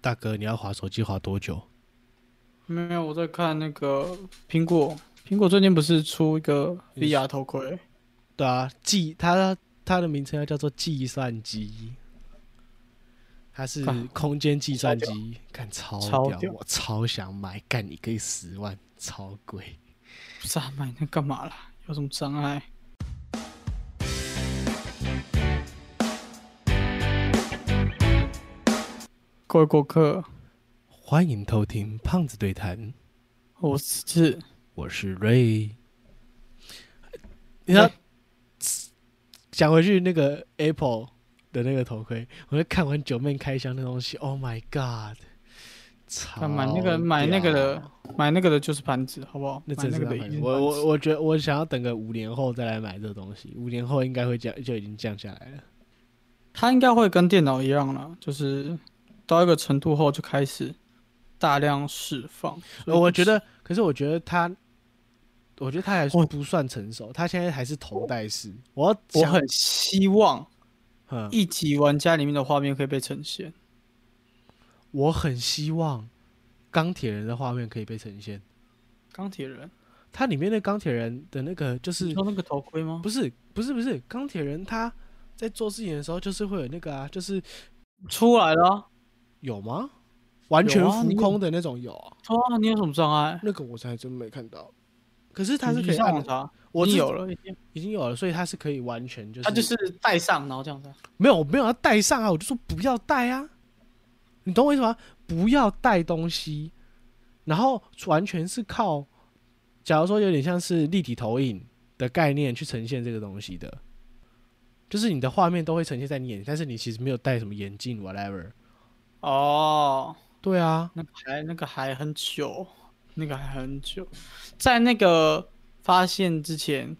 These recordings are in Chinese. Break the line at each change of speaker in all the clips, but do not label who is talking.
大哥，你要划手机划多久？
没有，我在看那个苹果，苹果最近不是出一个
你
VR 头盔？
对啊，计它它的名称要叫做计算机，它是
干
空间计算机，干超
啊超
屌，
屌
我超想买，干一个月十万，超贵。
不是啊，买那干嘛啦？有什么障碍？各位顾客，
欢迎偷听胖子对谈，
我是
我是 Ray。你要
喂
讲回去那个 Apple 的那个头盔，我就看完九妹开箱那东西，Oh my God！超
看买那个买那个
屌
的买那个的就是盘子，好不好？
那
买
真
那
是
个的
浪
已
费
经是
我
盘
我
子
我觉得我想要等个五年后再来买这个东西，五年后应该会降就已经降下来了。
它应该会跟电脑一样了，就是到一个程度后就开始大量释放。所以
呃我
不
觉
是
得，可是我觉得它，我觉得它还
我
不算成熟，它现在还是头戴式。我要
我
想
很希望
嗯，
一级玩家里面的画面可以被呈现。
我很希望钢铁人的画面可以被呈现。
钢铁人
它里面的钢铁人的那个就是
你说那个头盔吗？
不是不是不是钢铁人他在做事情的时候就是会有那个啊，就是
出来了啊，
有吗？完
有
全
啊
浮
你有
空的那种有啊、
对啊，你有什么障碍？
那个我才真没看到。可是它是
你
可以
上
按
网
的，
查，
我
你
自己
有了一定，
已经有了，所以它是可以完全就是，
它就是戴上然后这样子。啊
没有我没有要带上啊，我就说不要带啊，你懂我意思吗？不要带东西，然后完全是靠，假如说有点像是立体投影的概念去呈现这个东西的，就是你的画面都会呈现在你眼前，但是你其实没有戴什么眼镜 whatever。
哦，
对啊，
那个还那个还很久，那个还很久，在那个发现之前，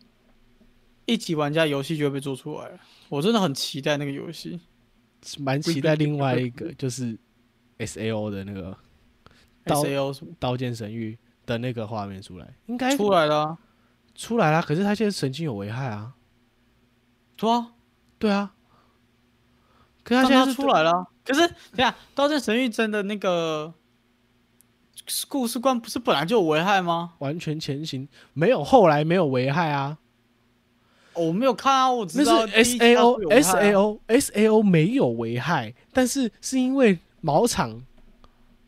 一级玩家游戏就会被做出来了。我真的很期待那个游戏。
蛮期待另外一个就是 S A O 的那个刀
S A O 什么
《刀剑神域》的那个画面出来，应该
出来了啊、
出来啦。啊可是他现在神经有危害啊，
对啊，
对啊。可是
但
他现在
它
是
出，来了啊、可是等一下《刀剑神域》真的那个故事观不是本来就有危害吗？
完全前行，没有后来没有危害啊。
哦我没有看啊，我只
那
知道
是 S A O
啊
S A O S A O 没有危害，但是是因为毛场，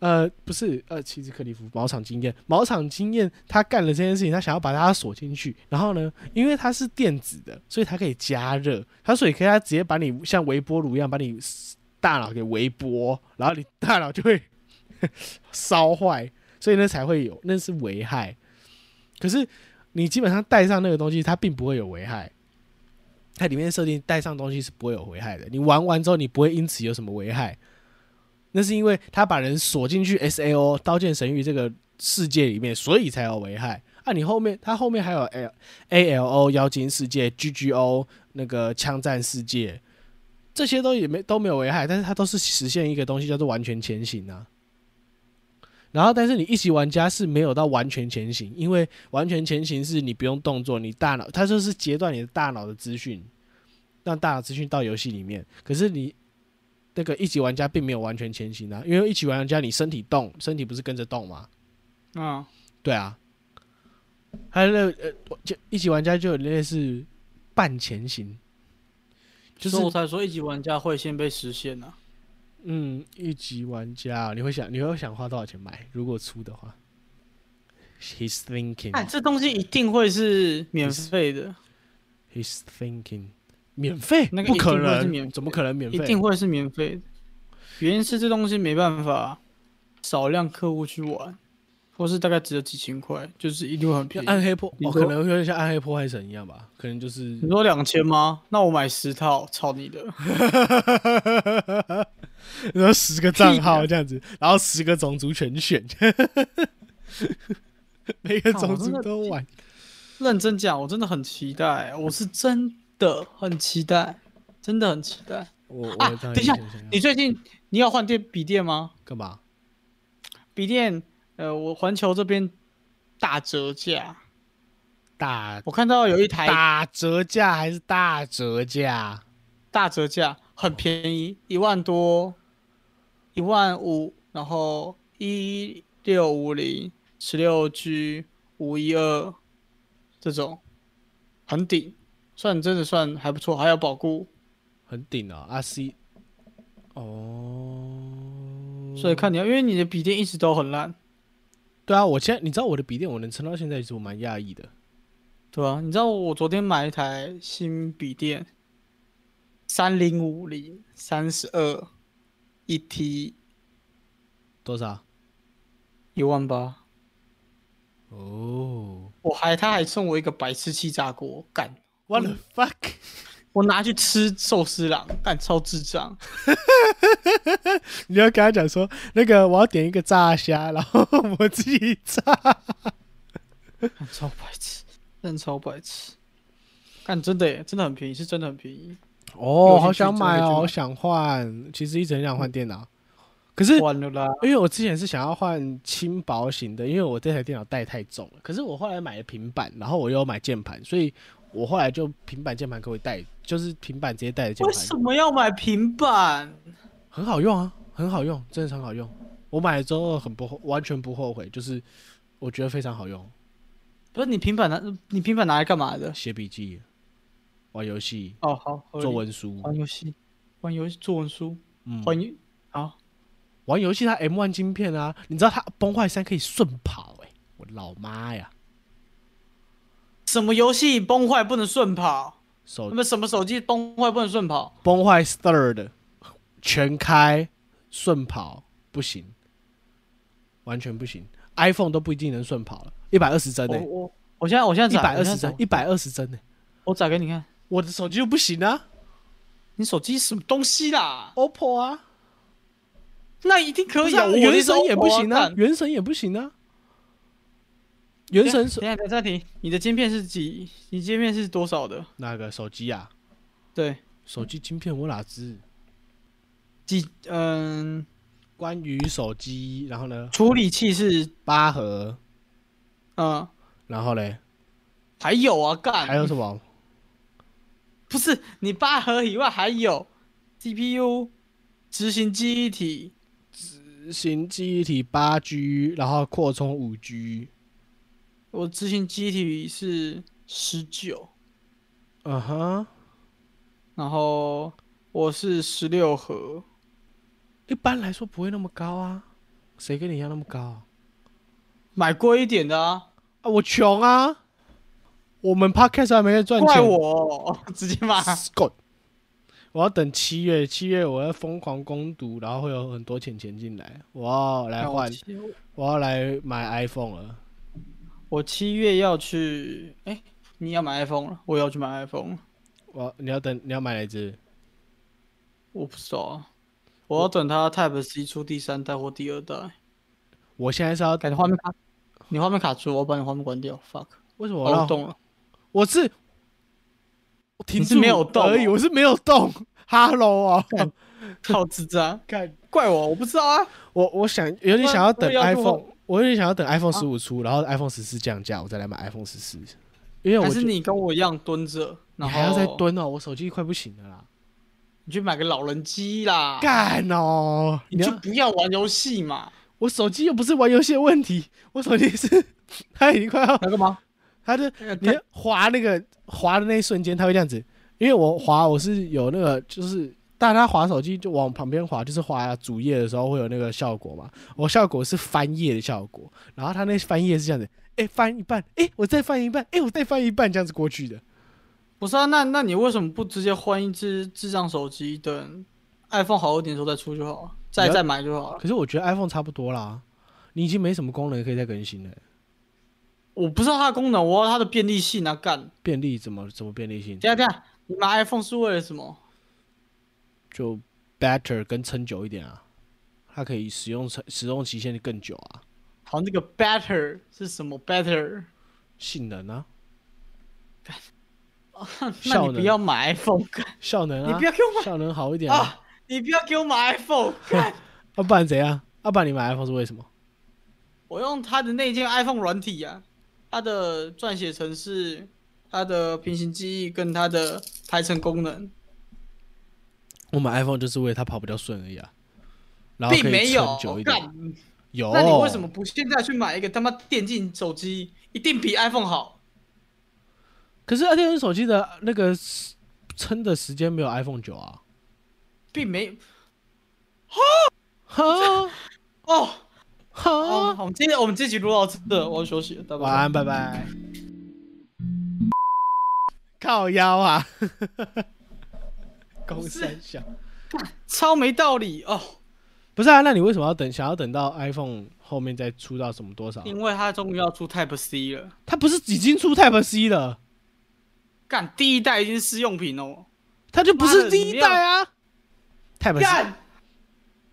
呃，不是呃，其实克里夫毛场经验，毛场经验他干了这件事情，他想要把它锁进去，然后呢，因为它是电子的，所以它可以加热，它所以可以它直接把你像微波炉一样把你大脑给微波，然后你 大脑就会烧坏，所以那才会有那是危害。可是你基本上戴上那个东西，它并不会有危害。它里面设定带上东西是不会有危害的，你玩完之后你不会因此有什么危害。那是因为他把人锁进去 S A O 刀剑神域这个世界里面，所以才有危害。啊，你后面他后面还有 L A L O 妖精世界、G G O 那个枪战世界，这些都也没都没有危害，但是它都是实现一个东西叫做完全前行啊。然后，但是你一级玩家是没有到完全前行，因为完全前行是你不用动作，你大脑它就是截断你的大脑的资讯，让大脑资讯到游戏里面。可是你那个一级玩家并没有完全前行啊，因为一级玩家你身体动，身体不是跟着动吗？
嗯，
对啊，还有那个呃，就一级玩家就有类似半前行，就
所以我
是
才说一级玩家会先被实现呢、啊。
嗯，一级玩家你会想你会想花多少钱买？如果出的话，he's
哎，
thinking，he's
这东西一定会是免费的，
thinking，免费？
那个
不
一定
可
会是
能，
免
怎么可能免
一
费？
定会是免费的。原因是这东西没办法少量客户去玩，或是大概只有几千块，就是一定会很
像
便宜。
暗黑破
你
哦，
说
可能有点像暗黑破坏神一样吧，可能就是
你说两千吗？那我买十套，操你的！
然后十个账号这样子，然后十个种族全选，每个种族都玩。
认真讲，我真的很期待，我是真的很期待，真的很期待。
我我
啊
知道
等一下
你想想要
你最近你要换电笔电吗？
干嘛？
笔电，呃，我环球这边大折价，
打
我看到有一台
打折价还是大折价？
大折价，很便宜，一万多，一万五，然后一六五零、十六 G、五一二这种，很顶，算真的算还不错，还有保固，
很顶啊啊 C，哦，
所以看你要，因为你的笔电一直都很烂，
对啊，我现在你知道我的笔电我能撑到现在，其实我蛮讶异的。
对吧、你知道我昨天买一台新笔电，三零五零三十二，一 T
多少？
一万八，
哦
我还他还送我一个白痴气炸锅，干，
，What the fuck？
我拿去吃寿司郎，干超智障，
你要跟他讲说，那个我要点一个炸虾，然后我自己炸。
干超白 痴，真的超白痴，干真的耶，真的很便宜，是真的很便宜，
哦，
有兴趣
好想买哦，
真的去买
好想换。其实一直很想换电脑，可是
完了啦，
因为我之前是想要换轻薄型的，因为我这台电脑带太重了。可是我后来买了平板，然后我又买键盘，所以我后来就平板键盘可以带，就是平板直接带着键
为什
盘，
么要买平板？
很好用啊，很好用，真的很好用。我买了之后很不后完全不后悔，就是我觉得非常好用，
不是你平板拿你平板拿来干嘛的？
写笔记、玩游戏、
哦，好，合理
做文书，
玩游戏，玩游戏做文书，
嗯，
玩游好，
玩游戏它 M 1晶片啊，你知道它崩坏三可以顺跑哎、我老妈呀，
什么游戏崩坏不能顺跑？
手
那么什么手机崩坏不能顺跑？
崩坏 third 全开顺跑不行，完全不行，iPhone 都不一定能顺跑了，一百二十帧呢、欸
我我我现在我现在
一
找
百二
我现
十
在
帧
找，
一百二十帧呢，
我找给你看，
我的手机就不行啊
你手机什么东西啦？
，OPPO 啊，
那一定可
不
以
是啊，
我的
原
手
神也不行啊
干，
原神也不行啊，原神手
等一下等一下暂停，你的晶片是几？你晶片是多少的？
那个手机啊，
对，
手机晶片我哪知？
几嗯，
关于手机，然后呢，
处理器是
八核，
嗯，
然后嘞，
还有啊，干
还有什么？
不是你八核以外还有 CPU、执行记忆体、
新记忆体八 G，然后扩充五 G，
我之前机体是十九，
嗯哼，
然后我是十六核，
一般来说不会那么高啊，谁跟你一样那么高啊？
买贵一点的啊，
啊我穷啊，我们 podcast 还没在赚钱，
怪我、哦直接
啊
骂。
Scott 我要等七月，七月我要疯狂攻读，然后会有很多钱钱进来，我要来换，我要来买 iPhone 了。
我七月要去，哎、你要买 iPhone 了，我也要去买 iPhone 了，
我你要等你要买哪一只？
我不知道啊，我要等它 Type C 出第三代或第二代。
我现在是要
感觉画面卡，你画面卡住，我把你画面关掉。fuck，
为什么
哦
我让
我动了，
我是我停
你是
住
没有动
而已，
哦
我是没有动。Hello 啊、
干好智障，
看
怪我，我不知道啊。
我，我想有点想要等
不然不然要做啊
iPhone，我有点想要等 iPhone 十五出，然后 iPhone 十四降价，我再来买 iPhone 十四。因为我
还
觉
是
得
你跟我一样蹲着，
你
然后
还要再蹲哦，我手机快不行了啦，
你去买个老人机啦，
干哦！
啊你
你
就
要
不要玩游戏嘛。
我手机又不是玩游戏的问题，我手机是 它已经快要，
那干嘛？
它的你
你
滑那个滑的那一瞬间，它会这样子，因为我滑我是有那个就是。大家滑手机就往旁边滑，就是滑主页的时候会有那个效果嘛。我效果是翻页的效果，然后它那翻页是这样子，哎、翻一半，哎、我再翻一半，哎、我再翻一半，这样子过去的。
不是啊？那那你为什么不直接换一只智障手机，等 iPhone 好一点的时候再出就好了，再
你要
再买就好了。
可是我觉得 iPhone 差不多啦，你已经没什么功能可以再更新了、
我不知道它的功能，我要它的便利性啊！干，
便利怎么怎么便利性
等一？下等一下，你买 iPhone 是为了什么？
就 better 跟撑久一点啊，它可以使用使用期限更久啊，
好，那个 better 是什么 better？
性能啊，
那
效
你不
能
要买 iPhone，干
效能
你
啊
不，要给我
效能好一点
买
啊，
啊！你不要给我买 iPhone，干
要、不然怎样？要、不然你买 iPhone 是为什么？
我用它的那件 iPhone 软体啊，它的撰写程式、它的平行记忆跟它的排程功能，
我买 iPhone 就是为了它跑比较顺而已啊。然后
并
可以
没
存
有
久一，点。
干，
有，
那你为什么不现在去买一个他妈电竞手机？一定比 iPhone 好。
可是电子手机的那个时撑的时间没有 iPhone 九啊。
并没
哈
哦，哦，
哈，
好，我们今天我们这集录到这，我要休息了，拜
啊
拜。
晚安，拜拜。靠腰啊， 公三小，
超没道理哦，
不是啊？那你为什么要等？想要等到 iPhone 后面再出到什么多少？啊
因为他终于要出 Type C 了，
它不是已经出 Type C 了？
干第一代已经是试用品哦，
它就不
妈
是
的
第一代啊！Type C，
干，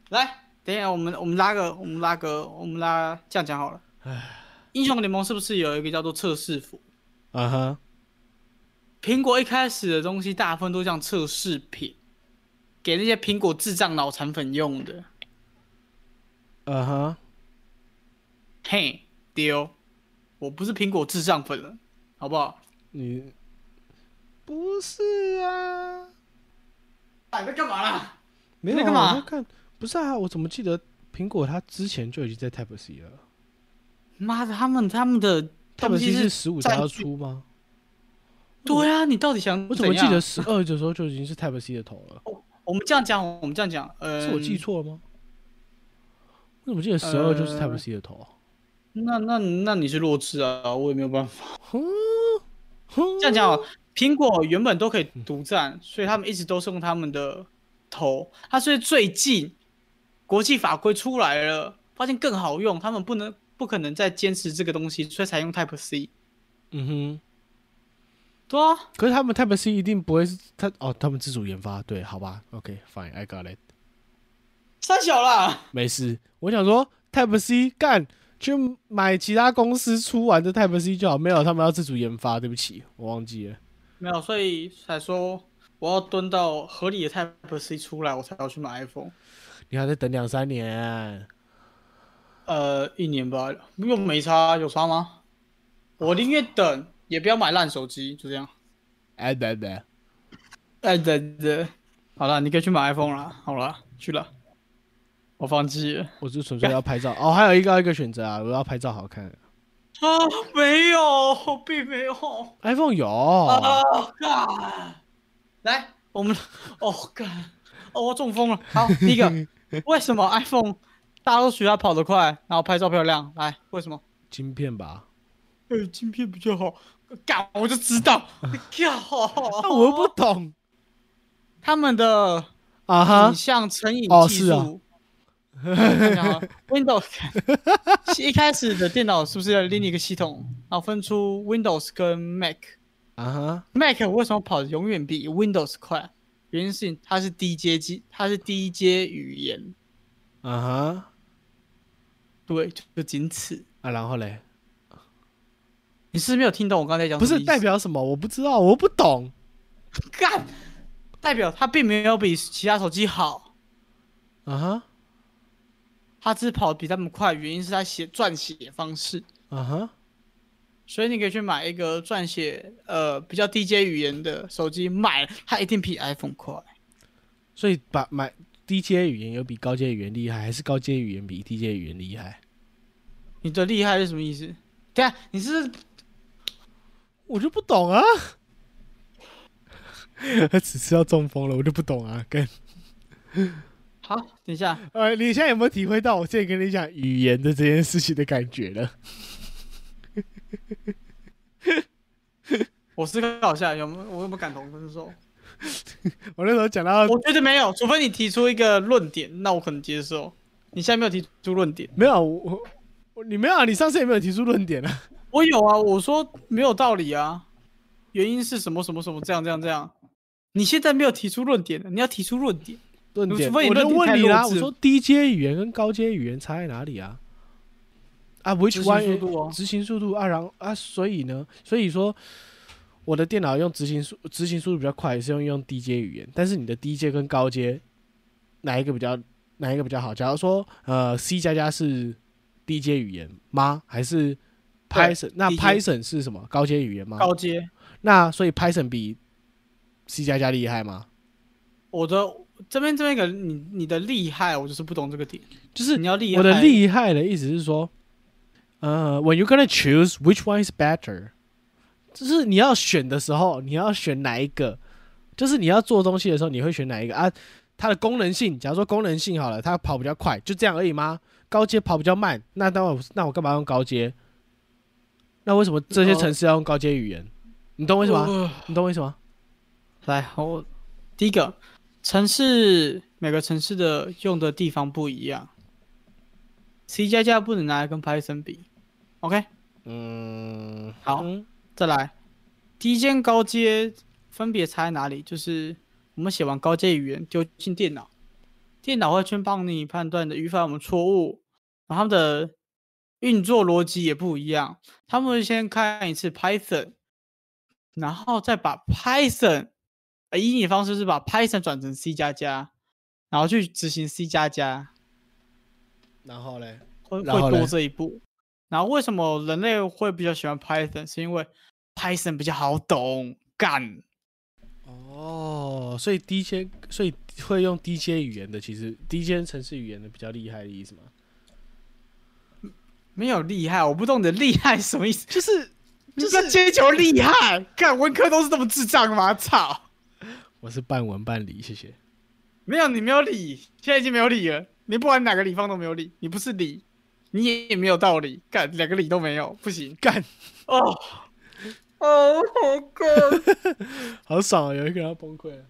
来，等一下，我们我们拉个，我们拉个，我们拉这样讲好了。英雄联盟是不是有一个叫做测试服？
嗯哼，
苹果一开始的东西大部分都像测试品，给那些苹果智障脑残粉用的。
嗯哼，
嘿，丢，我不是苹果智障粉了，好不好？
你不是啊？
哎，在干嘛啦？
没有啊
那干嘛
我在看，不是啊，我怎么记得苹果它之前就已经在 Type C 了
妈的，他们他们的
？Type
东
C
西
是
是
十五才
占
要
据
出吗？
对啊，你到底想
嗯我怎么记
样
得十二九时候就已经是 Type C 的头了？
我们这样讲，我们这样讲，呃，
是我记错了吗？我怎么记得十二就是
呃
Type C 的头啊？
那那那你是弱智啊，我也没有办法。
哼哼
这样讲啊，苹果原本都可以独占，
嗯
所以他们一直都是用他们的头。它所以最近国际法规出来了，发现更好用，他们不能不可能再坚持这个东西，所以才用 Type C。
嗯哼，
对啊，
可是他们 Type C 一定不会是他哦，他们自主研发，对，好吧，OK，fine，I、got it，
三小啦，
没事。我想说 Type C 干去买其他公司出完的 Type C 就好，没有他们要自主研发，对不起，我忘记了。
没有，所以才说我要蹲到合理的 Type C 出来，我才要去买 iPhone。
你还得等两三年，
呃，一年吧，又没差，有差吗？我宁愿等，也不要买烂手机，就这样。
哎，对对，
哎，对对，好了，你可以去买 iPhone 了。好了，去了，我放弃了。
我就纯粹要拍照哦，还有一个一个选择啊，我要拍照好看。
啊，没有，并没有。
iPhone 有，
啊，干！来，我们，哦干，哦我中风了。好，第一个， 为什么 iPhone 大家都学它跑得快，然后拍照漂亮？来，为什么？
晶片吧？
呃、晶片比较好。干，我就知道。靠，
那、啊我又不懂
他们的
啊哈
影。像成瘾
哦
技
是啊
术。Windows 啊 一开始的电脑是不是要 Linux 系统？然后分出 Windows 跟 Mac。
啊哈，
Mac 为什么跑得永远比 Windows 快？原因是它是低阶机，它是低阶语言。
啊哈，
对，就就仅此。
啊，然后嘞，
你是不是没有听懂我刚才讲
不
什么
是
意思
代表什么？我不知道，我不懂。
干，代表它并没有比其他手机好，
啊哈，
它只是跑得比他们快。原因是它写撰写方式。
啊哈，
所以你可以去买一个撰写呃比较低阶语言的手机，买它一定比 iPhone 快。
所以把买低阶语言有比高阶语言厉害，还是高阶语言比低阶语言厉害？
你的厉害是什么意思？对啊，你是
我就不懂啊。 只是要中风了，我就不懂啊。跟
好，等一下，
呃，你现在有没有体会到我现在跟你讲语言的这件事情的感觉了？
我思考一下，有没有我有没有感同身受？
我那时候讲到
我觉得没有，除非你提出一个论点，那我可能接受。你现在没有提出论点，
没有，啊我我你没有啊，你上次也没有提出论点啊。
我有啊，我说没有道理啊，原因是什么什么什么这样这样这样。你现在没有提出论点，你要提出论点。
论点，
除非你
我就
论点
问
太
你啦，
弱
我
智
说低阶语言跟高阶语言差在哪里啊？啊，which
执行
one
速度哦
执行速度啊，然后啊，所以呢，所以说我的电脑用执行速执行速度比较快，是用用低阶语言，但是你的低阶跟高阶哪一个比较哪一个比较好？假如说呃 C 加加是低阶语言吗？还是 Python？那
低阶
Python 是什么高阶语言吗？
高阶，
那所以 Python 比 C 加加厉害吗？
我的这边这边个你你的厉害，我就是不懂这个点。
就是
你要厉害，
我的厉害的意思是说，呃，when you gonna choose which one is better，就是你要选的时候，你要选哪一个？就是你要做东西的时候，你会选哪一个啊？它的功能性，假如说功能性好了，它跑比较快，就这样而已吗？高阶跑比较慢，那那我那我干嘛用高阶？那为什么这些城市要用高阶语言？你懂我意思吗？
呃
你懂我意思吗？
来，我第一个城市，每个城市的用的地方不一样。C 加加不能拿来跟 Python 比。OK，
嗯，
好
嗯
再来，低阶、高阶分别差在哪里？就是我们写完高阶语言丢进电脑，电脑会去帮你判断你的语法有没有错误，然后它们的运作逻辑也不一样。他们会先看一次 Python，然后再把 Python，呃，以你的方式是把 Python 转成 C 加加，然后去执行 C 加加，
然后嘞，
会
然后
会多
嘞
这一步。然后为什么人类会比较喜欢 Python？是因为 Python 比较好懂，干
哦，所以低阶，所以会用低阶语言的，其实低阶城市语言的比较厉害的意思吗？
没有厉害，我不懂你的厉害是什么意思？
就是
你不要追求厉害，干文科都是这么智障吗？操，
我是半文半理，谢谢。
没有你没有理，现在已经没有理了。你不管哪个理方都没有理，你不是理，你也也没有道理，干两个理都没有，不行
干，
哦。哦，好干！
好爽啊！有一个人要崩溃了。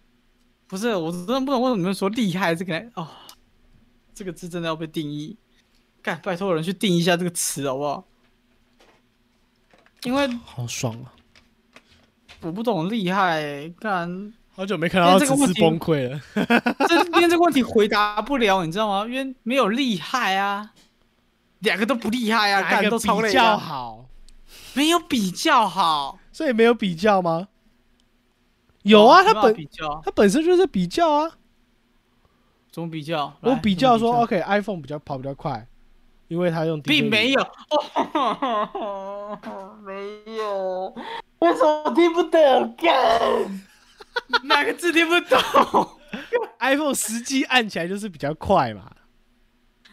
不是，我真的不懂为什么你们说厉害这个哦，这个字真的要被定义。干，拜托有人去定义一下这个词好不好？因为
好爽啊！
我不懂厉害，干
好久没看到
因为这个
此
问
次
题
崩溃了。
这今天这个问题回答不了，你知道吗？因为没有厉害啊，两个都不厉害啊，
哪一
干
个
都超
比
累的
较好？
没有比较好。
所以没有比较吗？有啊，
哦没办
他
法
本
比较
他本身就是比较啊。
怎么比较？
我
来
比较
怎
说
么
，OK，iPhone 比较跑比较快，因为它用低阶
并
语
没
言
有，哦， 没有，为什么我听不懂？干哪个字听不懂？
iPhone 实际按起来就是比较快嘛。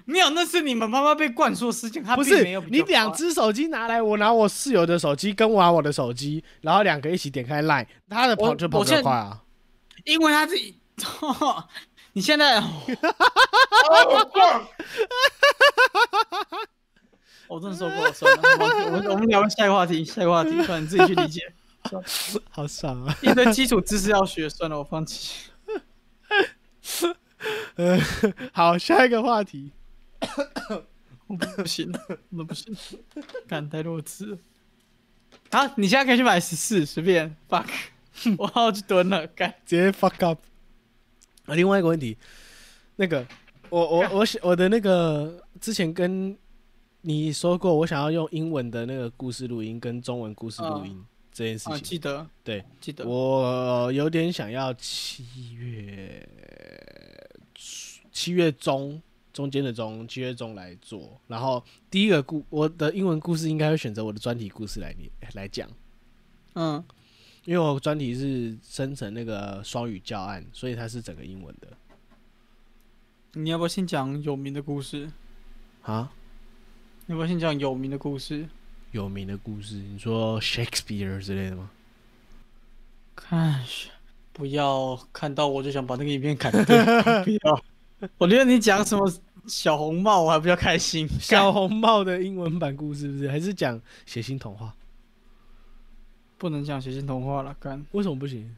没有，那是你们妈妈被灌输的思想，她
不
并
是
没有比较啊
你两
快
只手机拿来，我拿我室友的手机跟我拿我的手机，然后两个一起点开 Line，他的跑
我
就跑
我
比较
现在
快啊。
因为他自己， 你现在，哦我哦真的说过，算了，我们我们聊下一个话题，下一个话题，算了，你自己去理解。
好爽啊！
一堆基础知识要学，算了，我放弃。
呃， 好，下一个话题。
我不行，我不行，敢太弱智了。好，啊你现在可以去买十四，随便，fuck，我 要去蹲了，干。
直接 fuck up。啊，另外一个问题，那个我我我想我的那个之前跟你说过，我想要用英文的那个故事录音跟中文故事录音、这件
啊，
事情，
记得，
对
记得。
我有点想要七月七月中中间的中七月中来做，然后第一个故我的英文故事应该会选择我的专题故事来念来讲。
嗯，
因为我专题是生成那个双语教案，所以它是整个英文的
你要不要先讲有名的故事？
啊。
你要不要先讲有名的故事？
有名的故事，你说 Shakespeare 之类的吗？
看，不要看到我就想把那个影片砍掉， 不要。我觉得你讲什么小红帽，我还比较开心。
小
干
红帽的英文版故事是不是？还是讲血腥童话？
不能讲学生童话了，干，
为什么不行？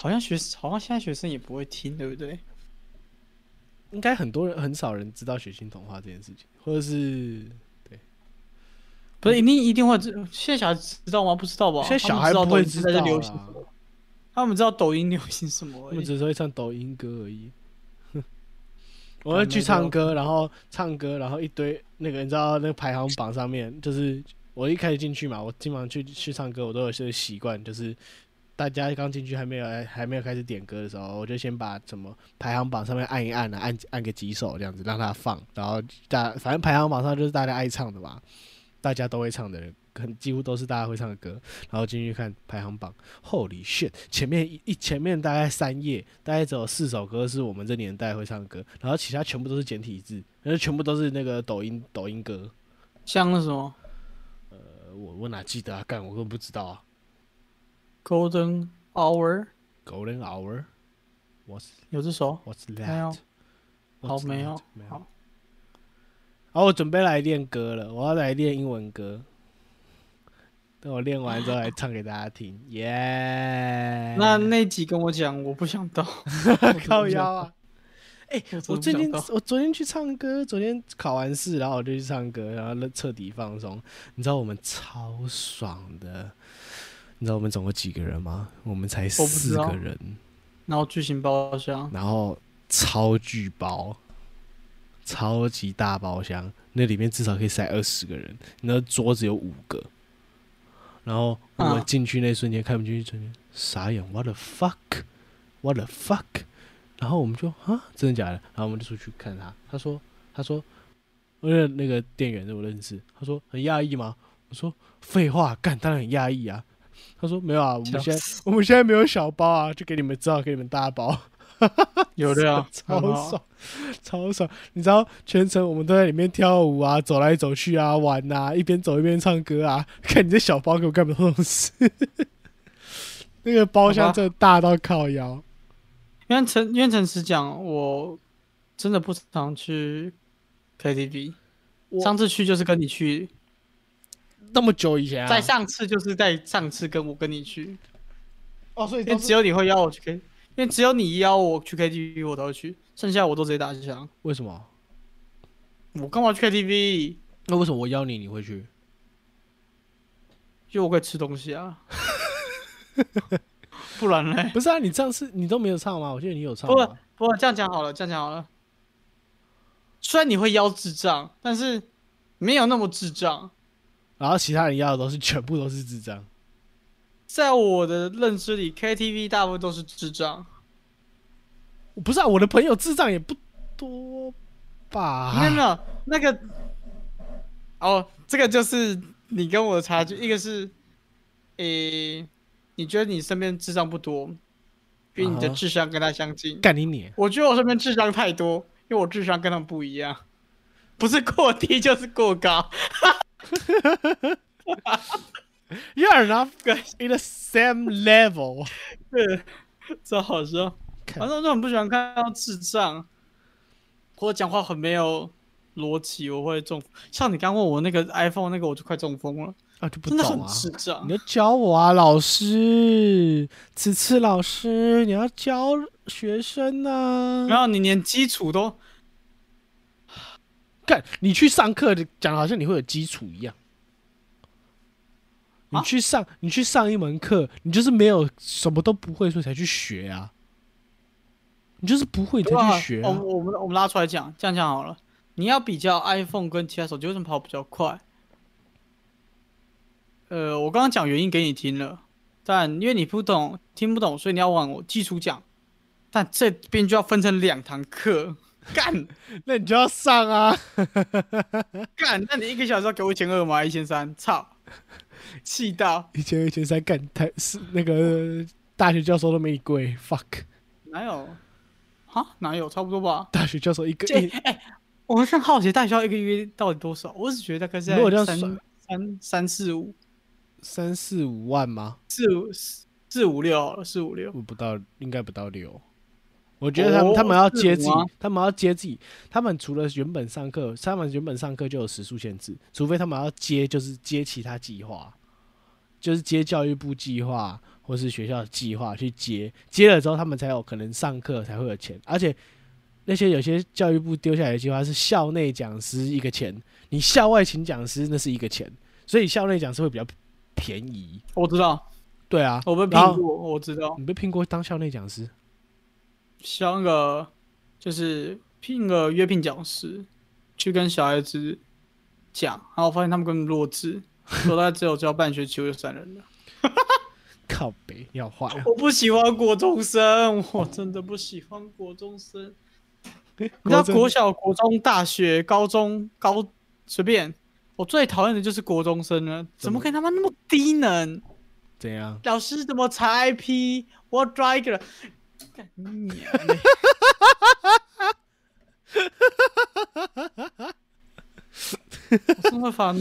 好像学，好像现在学生也不会听，对不对？
应该很多人很少人知道血腥童话这件事情，或者是
不是，一定一定会知。现在小孩子知道吗？不知道吧？
现在小
他们
孩不会
知
知
道
道啊
抖音在
啦
流行什么，他们知道抖音流行什么
我
而已。
们只是会唱抖音歌而 已。我
没
会
有
去唱歌，然后唱歌，然后一堆那个你知道那个排行榜上面，就是我一开始进去嘛，我经常去去唱歌，我都有些习惯，就是大家刚进去还没有还没有开始点歌的时候，我就先把什么排行榜上面按一按啊，按按个几首这样子让它放，然后大反正排行榜上就是大家爱唱的嘛，大家都会唱的很几乎都是大家会唱的歌，然后进去看排行榜，Holy shit！前面一一前面大概三页，大概只有四首歌是我们这年代会唱的歌，然后其他全部都是简体字，然后全部都是那个抖音抖音歌。
像那什么
呃，我我哪记得啊？干，我根本不知道啊。
Golden Hour
Golden Hour，What's
有这首，
What's
没有
that？
好
What's
没有
that？没有。
好
好，我准备来练歌了，我要来练英文歌。等我练完之后来唱给大家听，耶、，
那那集跟我讲，我不想到
靠腰啊！哎、
我真的不
我最近
想到
我昨天去唱歌，昨天考完试，然后我就去唱歌，然后彻底放松。你知道我们超爽的，你知道我们总共几个人吗？我们才
不知
四
道
个人，
然后巨型包 厢，
然后超巨包，超级大包厢，那里面至少可以塞二十个人，那桌子有五个。然后我们
嗯
进去那瞬间，开门进去瞬间傻眼，what the fuck，what the fuck，然后我们就啊，真的假的？然后我们就出去看他，他说他说，因为那个店员是我认识，他说很讶异吗？我说废话，干当然很讶异啊。他说没有啊，我们现在我们现在没有小包啊，就给你们知道给你们大包。，
有的啊
超
很好啊
爽，超爽！你知道全程我们都在里面跳舞啊，走来走去啊，玩啊，一边走一边唱歌啊。 看你这小包给我干不懂事， 那个包
好
厢
吧
真的大到靠腰。
因为诚因为诚实讲，我真的不常去 KTV，
我
上次去就是跟你去，
那么久以前啊，
在上次就是在上次跟我跟你去，
哦，所以
因为
都
只
是
有你会邀我去 K，因为只有你邀我去 KTV 我才会去，剩下我都直接打枪。
为什么？
我干嘛去 KTV？
那为什么我邀你你会去？
就我可以吃东西啊，不然嘞？
不是啊，你上次你都没有唱吗？我记得你有唱
不
吗？
不过这样讲好了，这样讲好了。虽然你会邀智障，但是没有那么智障。
然后其他人要的都是全部都是智障。
在我的认知里，KTV 大部分都是智障，
不是啊，我的朋友智障也不多吧？
没有没有那个，哦，这个就是你跟我的差距，一个是，诶、你觉得你身边智障不多，因为你的
啊哈
智商跟他相近。
干你 你！
我觉得我身边智商太多，因为我智商跟他们不一样，不是过低就是过高。
You are not in the same level 。
对，这好笑。
看
反正我就很不喜欢看到智障，或者讲话很没有逻辑，我会中。像你刚问我那个 iPhone 那个，我就快中风了，
啊，就不
真的很
懂啊！
智障
你。要教我啊，老师，此次老师，你要教学生啊呐、
然后你连基础都
干，你去上课的讲，好像你会有基础一样。你
啊
去上，你去上一门课，你就是没有什么都不会，所以才去学啊。你就是不会，你才
哇
去学、
我
啊
们。我们我们拉出来讲，这样讲好了。你要比较 iPhone 跟其他手机为什么跑比较快？呃，我刚刚讲原因给你听了，但因为你不懂听不懂，所以你要往我基础讲。但这边就要分成两堂课， 干
那你就要上啊！
干！那你一个小时要给我一千二吗？一千三，操！气到
一千二、一千三，干台是那个大学教授都没你贵，fuck！
哪有？哈，哪有？差不多吧。
大学教授一个
这
一
哎、我是好奇代销一个月到底多少？我只觉得大概在
如果这样
三
算
三三四五
三四五万吗？
四五四四五六好了，四五六。
我不到，应该不到六。我觉得他们、
哦
他们要接自
是
己
吗，
他们要接自己，他们除了原本上课，他们原本上课就有时数限制，除非他们要接就是接其他计划，就是接教育部计划或是学校的计划去接，接了之后他们才有可能上课才会有钱，而且那些有些教育部丢下来的计划是校内讲师一个钱，你校外请讲师那是一个钱，所以校内讲师会比较便宜。
我知道，
对啊，
我被
然
骗
后
过，我知道，
你被聘过当校内讲师？
像那个就是聘个约聘讲师，去跟小孩子讲，然后我发现他们根本弱智，说大概只有教半学期我就闪人了。
靠北，你好坏啊！
我不喜欢国中生，我真的不喜欢国中生。你知
国
道
中
国小、国中、大学、高中、高随便，我最讨厌的就是国中生了，怎么可以他妈那么低能？
怎样？
老师怎么查 IP？我要抓一个人，干你娘嘞！我真的会发怒，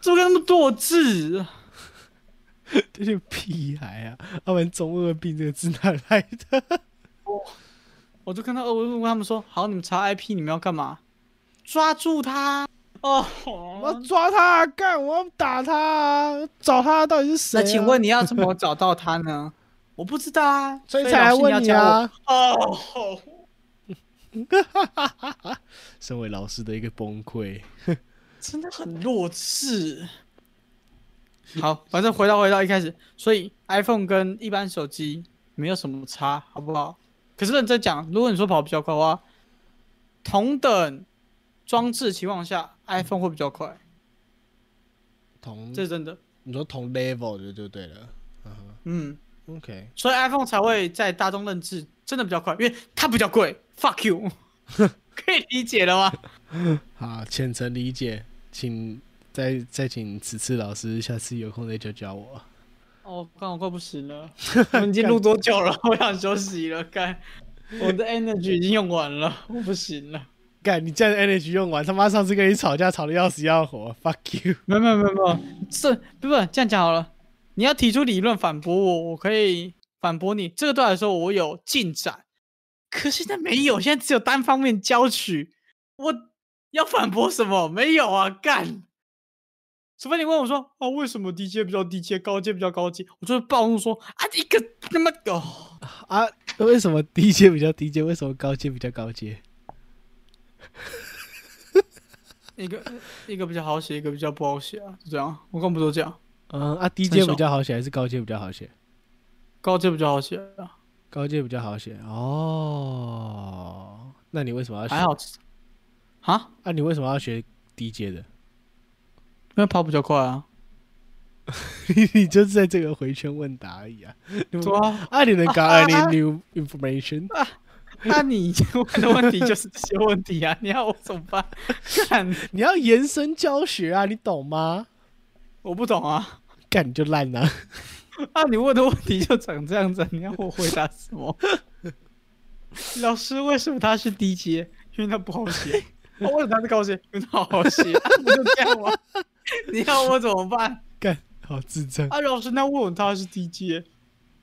怎么可以那么弱智？
这些屁孩啊！他们中二病这个字哪来的？
我就看到，我就问他们说：“好，你们查 IP，你们要干嘛？抓住他！”哦，
我要抓他、啊，干！我要打他、啊，找他到底是谁、
那
啊？
请问你要怎么找到他呢？我不知道啊，
所以
以
才来
老师
问你
要教我。
啊！
哦，
身为老师的一个崩溃，
真的很弱智。好，反正回到回到一开始，所以 iPhone 跟一般手机没有什么差，好不好？可是认真讲，如果你说跑比较快的话，同等装置情况下，iPhone 会比较快，
同
这是真的。
你说同 level 就就对了。嗯哼
嗯，
OK，
所以 iPhone 才会在大众认知真的比较快，因为它比较贵。Fuck you，可以理解了吗？
好，浅层理解，请再再请此次老师下次有空再教教我。
哦，刚好快不行 了，我们已经录多久了？我想休息了，该我的 energy 已经用完了，我不行了。
干，你这样的 energy 用完，他妈上次跟你吵架吵得要死要活，fuck you！
没有没有没有没有，这不不这样讲好了，你要提出理论反驳我，我可以反驳你，这个对我来说我有进展，可现在没有，现在只有单方面交取，我要反驳什么？没有啊，干！除非你问我说啊，为什么低阶比较低阶，高阶比较高阶，我就会暴怒说啊，一个他妈哦。
啊，为什么低阶比较低阶？为什么高阶比较高阶？
一个一个比较好写，一个比较不好写啊，就这样。我刚不都这样，
嗯啊，低阶比较好写还是高阶比较好写？
高阶比较好写啊，
高阶比较好写哦。那你为什么要学？
还好。啊，
啊，你为什么要学低阶的？
因为跑比较快啊。
你就是在这个回圈问答而已啊。你们
对啊，
I didn't got any new information.
那你问的问题就是这些问题啊，你要我怎么办？看，
你要延伸教学啊，你懂吗？
我不懂啊。
干你就烂啊！
啊，你问的问题就长这样子，你要我回答什么？ 老师，为什么他是低阶？因为他不好写。啊为什么他是高阶？因为他好写。啊不就这样吗？ 你要我怎么办？
干，好智障，
啊，老师，那问我他是低阶。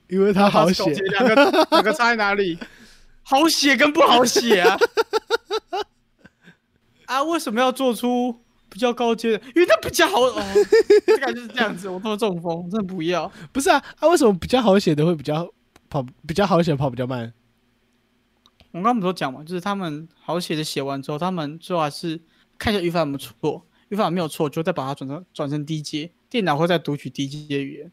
因为他好写
搞。清两个两个差在哪里？ 好写跟不好写啊！ 啊，为什么要做出比较高阶的？因为它比较好哦，这感觉是这样子，我他妈中风，真的不要。
不是啊，啊，为什么比较好写的会比较跑比较好写跑比较慢？
我刚刚不都讲嘛，就是他们好写的写完之后，他们最后还是看一下语法有没有错，语法没有错，就再把它转成转成低阶，电脑会再读取低阶语言，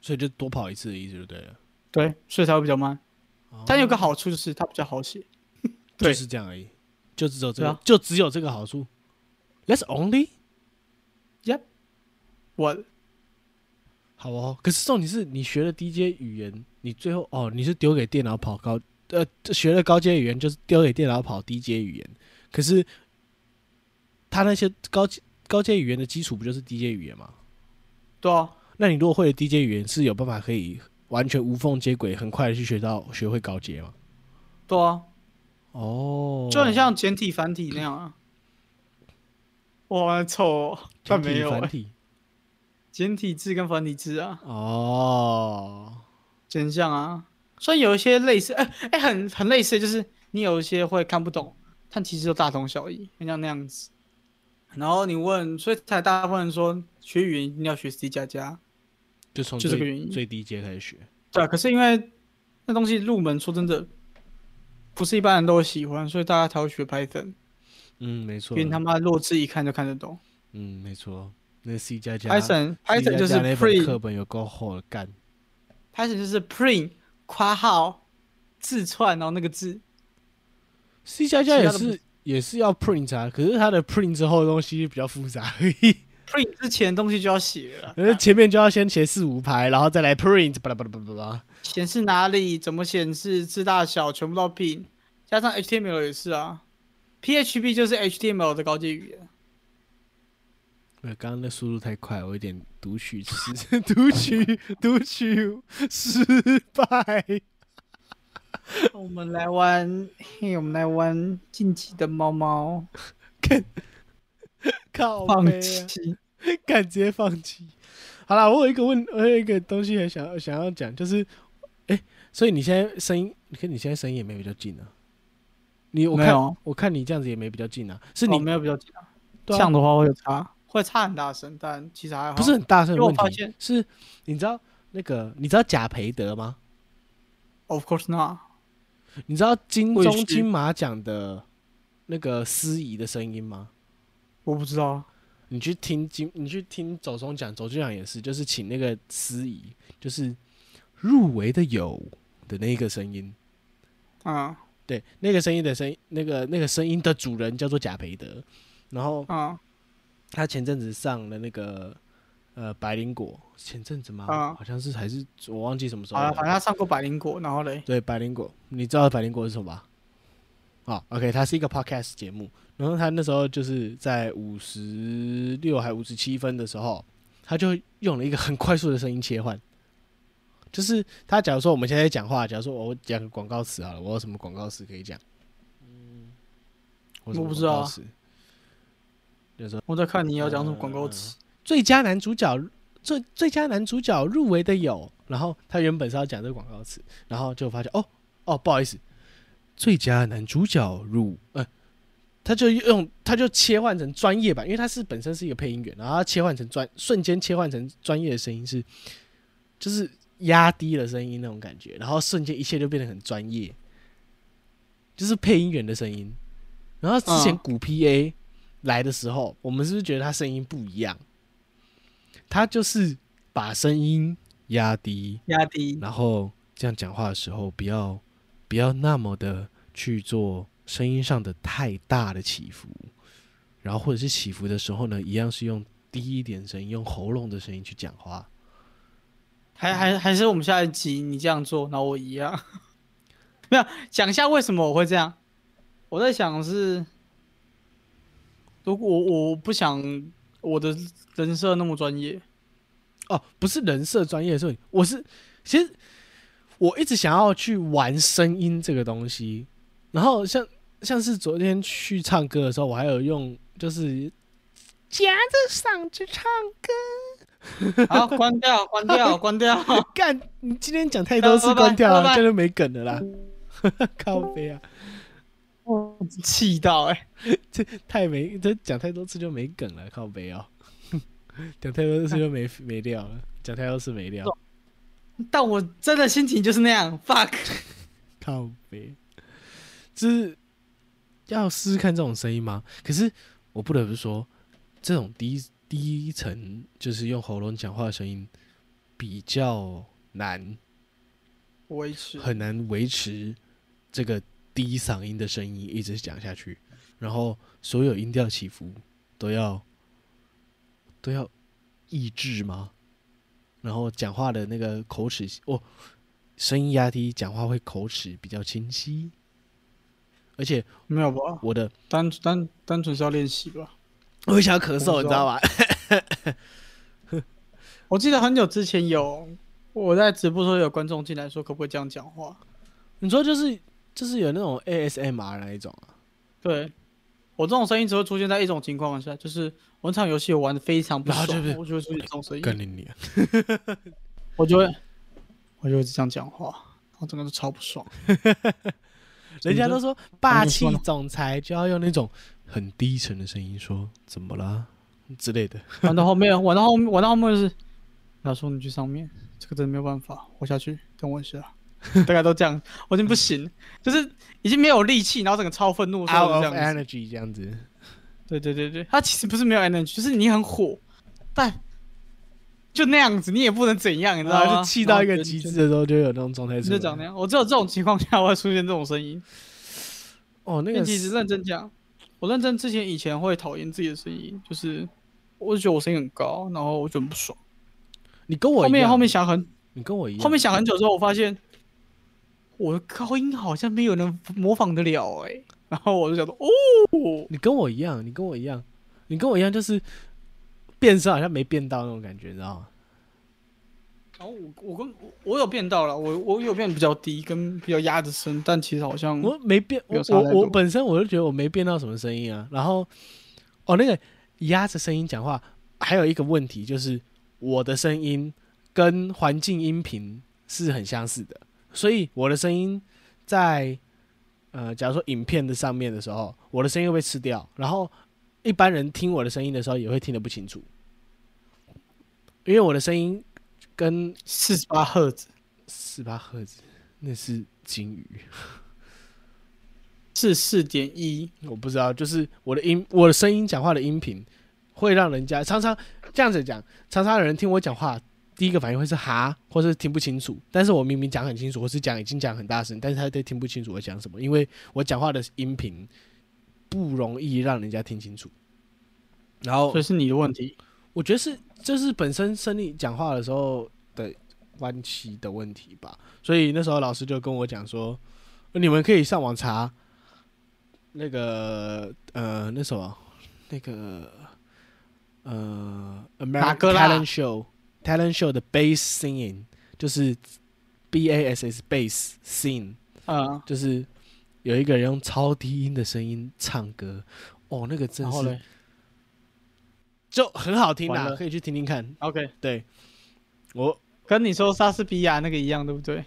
所以就多跑一次的意思就对了。
对，所以才会比较慢。但有
个
个好处就是它比较好写，
就
对
是这样而已，就只有这个，
对啊
就只有这个好处。That's only
我
好哦。可是重点是你学了低阶语言，你最后哦你是丢给电脑跑高，呃，学了高阶语言就是丢给电脑跑低阶语言。可是他那些高阶高阶语言的基础不就是低阶语言吗？
对啊，
那你如果会了低阶语言，是有办法可以完全无缝接轨，很快的去学到学会高阶吗？
对啊，
哦，
就很像简体繁体那 样啊。哇，臭、哦，但
简体
没有、
繁
欸、
体
简体字跟繁体字啊，
哦。
真像啊。虽然有一些类似，哎、哎、很很类似，就是你有一些会看不懂，但其实都大同小异，很像那样子。然后你问，所以才大部分人说学语言一定要学 C 加加，
就从
就这个原
最
因
最低阶开始学。
对啊。可是因为那东西入门，说真的，不是一般人都会喜欢，所以大家才会学 Python，
嗯，没错
因为。他妈弱智一看就看得懂。
嗯，没错。那 C 加加
Python Python 就是
那本
pre
课本有够厚的干。
Python 就是 print 括号字串，然后那个字
C 加加
其
也
他的不
是也是要 print 啊，可是它的 print 之后的东西比较复杂而 已，
print 之前的东西就要写了，
而前面就要先写四五排，然后再来 print，巴拉巴拉巴拉巴拉。
显示哪里，怎么显示，字大小全部都要 print，加上 HTML 也是啊，PHP 就是 HTML 的高阶语言，
没有，刚刚那速度太快，我有点读取失读取读取失败。
我们来玩，嘿，我们来玩晋级的猫猫，
靠
放
背啊，
弃。
敢直接放弃。好啦，我有一个问，我有一个东西很想要想要讲，就是，哎、所以你现在声音，你看你现在声音也没比较近啊。你我
没
看
有
我看你这样子也没比较近啊，是
是
你、
没有比较强，
对啊
呛的话会有差，会差很大声，但其实还好。
不是很大声
因
的
为我
问
发
题
现，
是你知道那个你知道贾培德吗？
，Of course not。
你知道金
我也
钟
是
金马奖的那个司仪的声音吗？
我不知道，
你去听金，你去听走中奖，走中奖也是，就是请那个司仪，就是入围的有的那个声音，
嗯
对，那个声音的声音，那个那个声音的主人叫做贾培德，然后
嗯
他前阵子上了那个呃白灵果，前阵子吗？
啊
好像是还是我忘记什么时候
好
了，
了，反正他上过百灵果，然后嘞，
对，百灵果，你知道百灵果是什么吧？好，OK，它是一个 podcast 节目。然后他那时候就是在五十六还五十七分的时候，他就用了一个很快速的声音切换，就是他假如说我们现在讲话，假如说我讲个广告词好了，我有什么广告词可以讲？嗯，
我不知道啊
就是
我在看你要讲什么广告词。
最佳男主角最最佳男主角入围的有，然后他原本是要讲这个广告词，然后就发现哦哦，不好意思，最佳男主角入，呃，他就用他就切换成专业版，因为他是本身是一个配音员，然后他切换成专瞬间切换成专业的声音是，就是压低了声音那种感觉，然后瞬间一切就变得很专业，就是配音员的声音。然后之前
嗯
古 PA 来的时候，我们是不是觉得他声音不一样？他就是把声音压低，
压低，
然后这样讲话的时候，不要不要那么的去做声音上的太大的起伏，然后或者是起伏的时候呢，一样是用低一点声音，用喉咙的声音去讲话。
还还还是我们下一集你这样做，然后我一样。 没有，讲一下为什么我会这样。我在想是，如果我我不想我的人设那么专业，
哦，不是人设专业的时候，我是其实我一直想要去玩声音这个东西，然后像像是昨天去唱歌的时候，我还有用就是夹着嗓子唱歌。
好，关掉，关掉， 关掉。
干，你今天讲太多次关掉
拜
了，
拜
这样就没梗了啦。 靠背啊，
气到哎、
太没，这讲太多次就没梗了，靠背哦。 讲太多次就没没料了，讲太多次没料，
但我真的心情就是那样，fuck。
靠背。就是要试试看这种声音吗？可是我不得不说，这种低低沉就是用喉咙讲话的声音比较难，
维持
很难维持这个低嗓音的声音一直讲下去，然后所有音调起伏都要都要抑制吗？然后讲话的那个口齿哦，声音压低，讲话会口齿比较清晰，而且
没有吧？
我的
单单单纯是要练习吧。
我会想要咳嗽，
我
你知
不知道
道吧？
我记得很久之前有我在直播的时候有观众进来说可不可以这样讲话，
你说就是就是有那种 ASMR 那一种啊，
对我这种声音只会出现在一种情况下，就是我那场游戏我玩的非常不爽，
然后就是
我就会出现这种声
干
音，
你你
我就会我就会这样讲话，我整个都超不爽。
人家都说霸气
怎么说呢
总裁就要用那种很低沉的声音说“怎么啦”之类的。
玩到后面，玩到后面，玩到后面就是，老师你去上面，这个真的没有办法，我下去，等我一下，大概都这样，我已经不行，就是已经没有力气，然后整个超愤怒，
out
超
of
这样子。
energy 这样子，
对对对对，他其实不是没有 energy，就是你很火，但就那样子，你也不能怎样，你知道
然
吗？
后就气到一个极致的时候，就有那种状态
就，
出
就讲那
来。
样。我只有这种情况下，我会出现这种声音。
哦，那
因为
个
其实认真讲，我认真之前以前会讨厌自己的声音，就是我就觉得我声音很高，然后我就很不爽。
你跟我
后
一
面
样，
后面想很
你跟我一样，
后面想很久之后，我发现我的高音好像没有人模仿得了哎、然后我就想说，哦，
你跟我一样，你跟我一样，你跟我一样，就是变身好像没变到那种感觉，你知道吗？
然后我我跟我我有变到了，我我有变比较低，跟比较压着声，但其实好像
我没变，
没
我
有差
我
太
我
多
本身我就觉得我没变到什么声音啊。然后，哦，那个压着声音讲话，还有一个问题就是我的声音跟环境音频是很相似的，所以我的声音在呃，假如说影片的上面的时候，我的声音呃会被吃掉，然后一般人听我的声音的时候也会听得不清楚，因为我的声音跟
四十八赫兹，
四八赫兹那是金鱼。
是四点一，
我不知道，就是我的音，我的声音讲话的音频会让人家常常这样子讲，常常有人听我讲话，第一个反应会是哈，或是听不清楚。但是我明明讲很清楚，或是讲已经讲很大声，但是他都听不清楚我讲什么，因为我讲话的音频不容易让人家听清楚。然后
所以是你的问题。
我觉得是就是本身生理讲话的时候的弯曲的问题吧，所以那时候老师就跟我讲说，哦你们可以上网查那个呃那什么那个呃 American
个啦
Talent Show Talent Show 的 bass singing 就是 B A S S bass sing
嗯，
就是有一个人用超低音的声音唱歌，哦，那个真
然后
是
嘞
就很好听
完
啦，
了
可以去听听看。
，OK，
对，我
跟你说莎士比亚那个一样，对不对？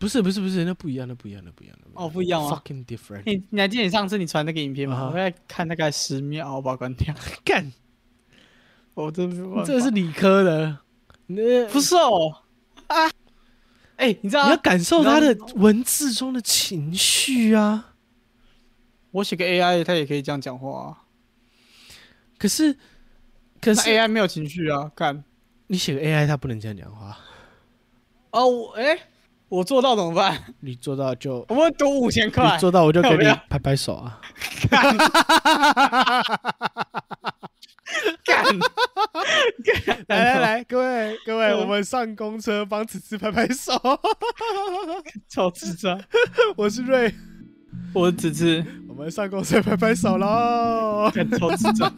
不是不是不是，那不一样，那不一样，那不一样，那
哦，不一样吗？
Fucking different，
你你还记得你上次你传那个影片
啊
吗？
哈
我在看大概十秒，我把它关掉。
干，
我真没办法
这个是理科的，那
不是哦啊？哎、你知道
你要
啊
感受他
你
的
知道
文字中的情绪啊。
我写个 AI，它也可以这样讲话啊。
可是，可
那
是
AI 没有情绪啊，干
你写个 AI，他不能这样讲话，
哦，我哎、我做到怎 么办？
你做到就
我们赌五千块
你，做到，我就给
要不
你
要
拍拍手啊。
干
来来
来
来，各位各位，
嗯
我们上公车帮此次拍拍手。
超智障！
我是瑞，
我只是
我们上公车拍拍手喽。
干超智障。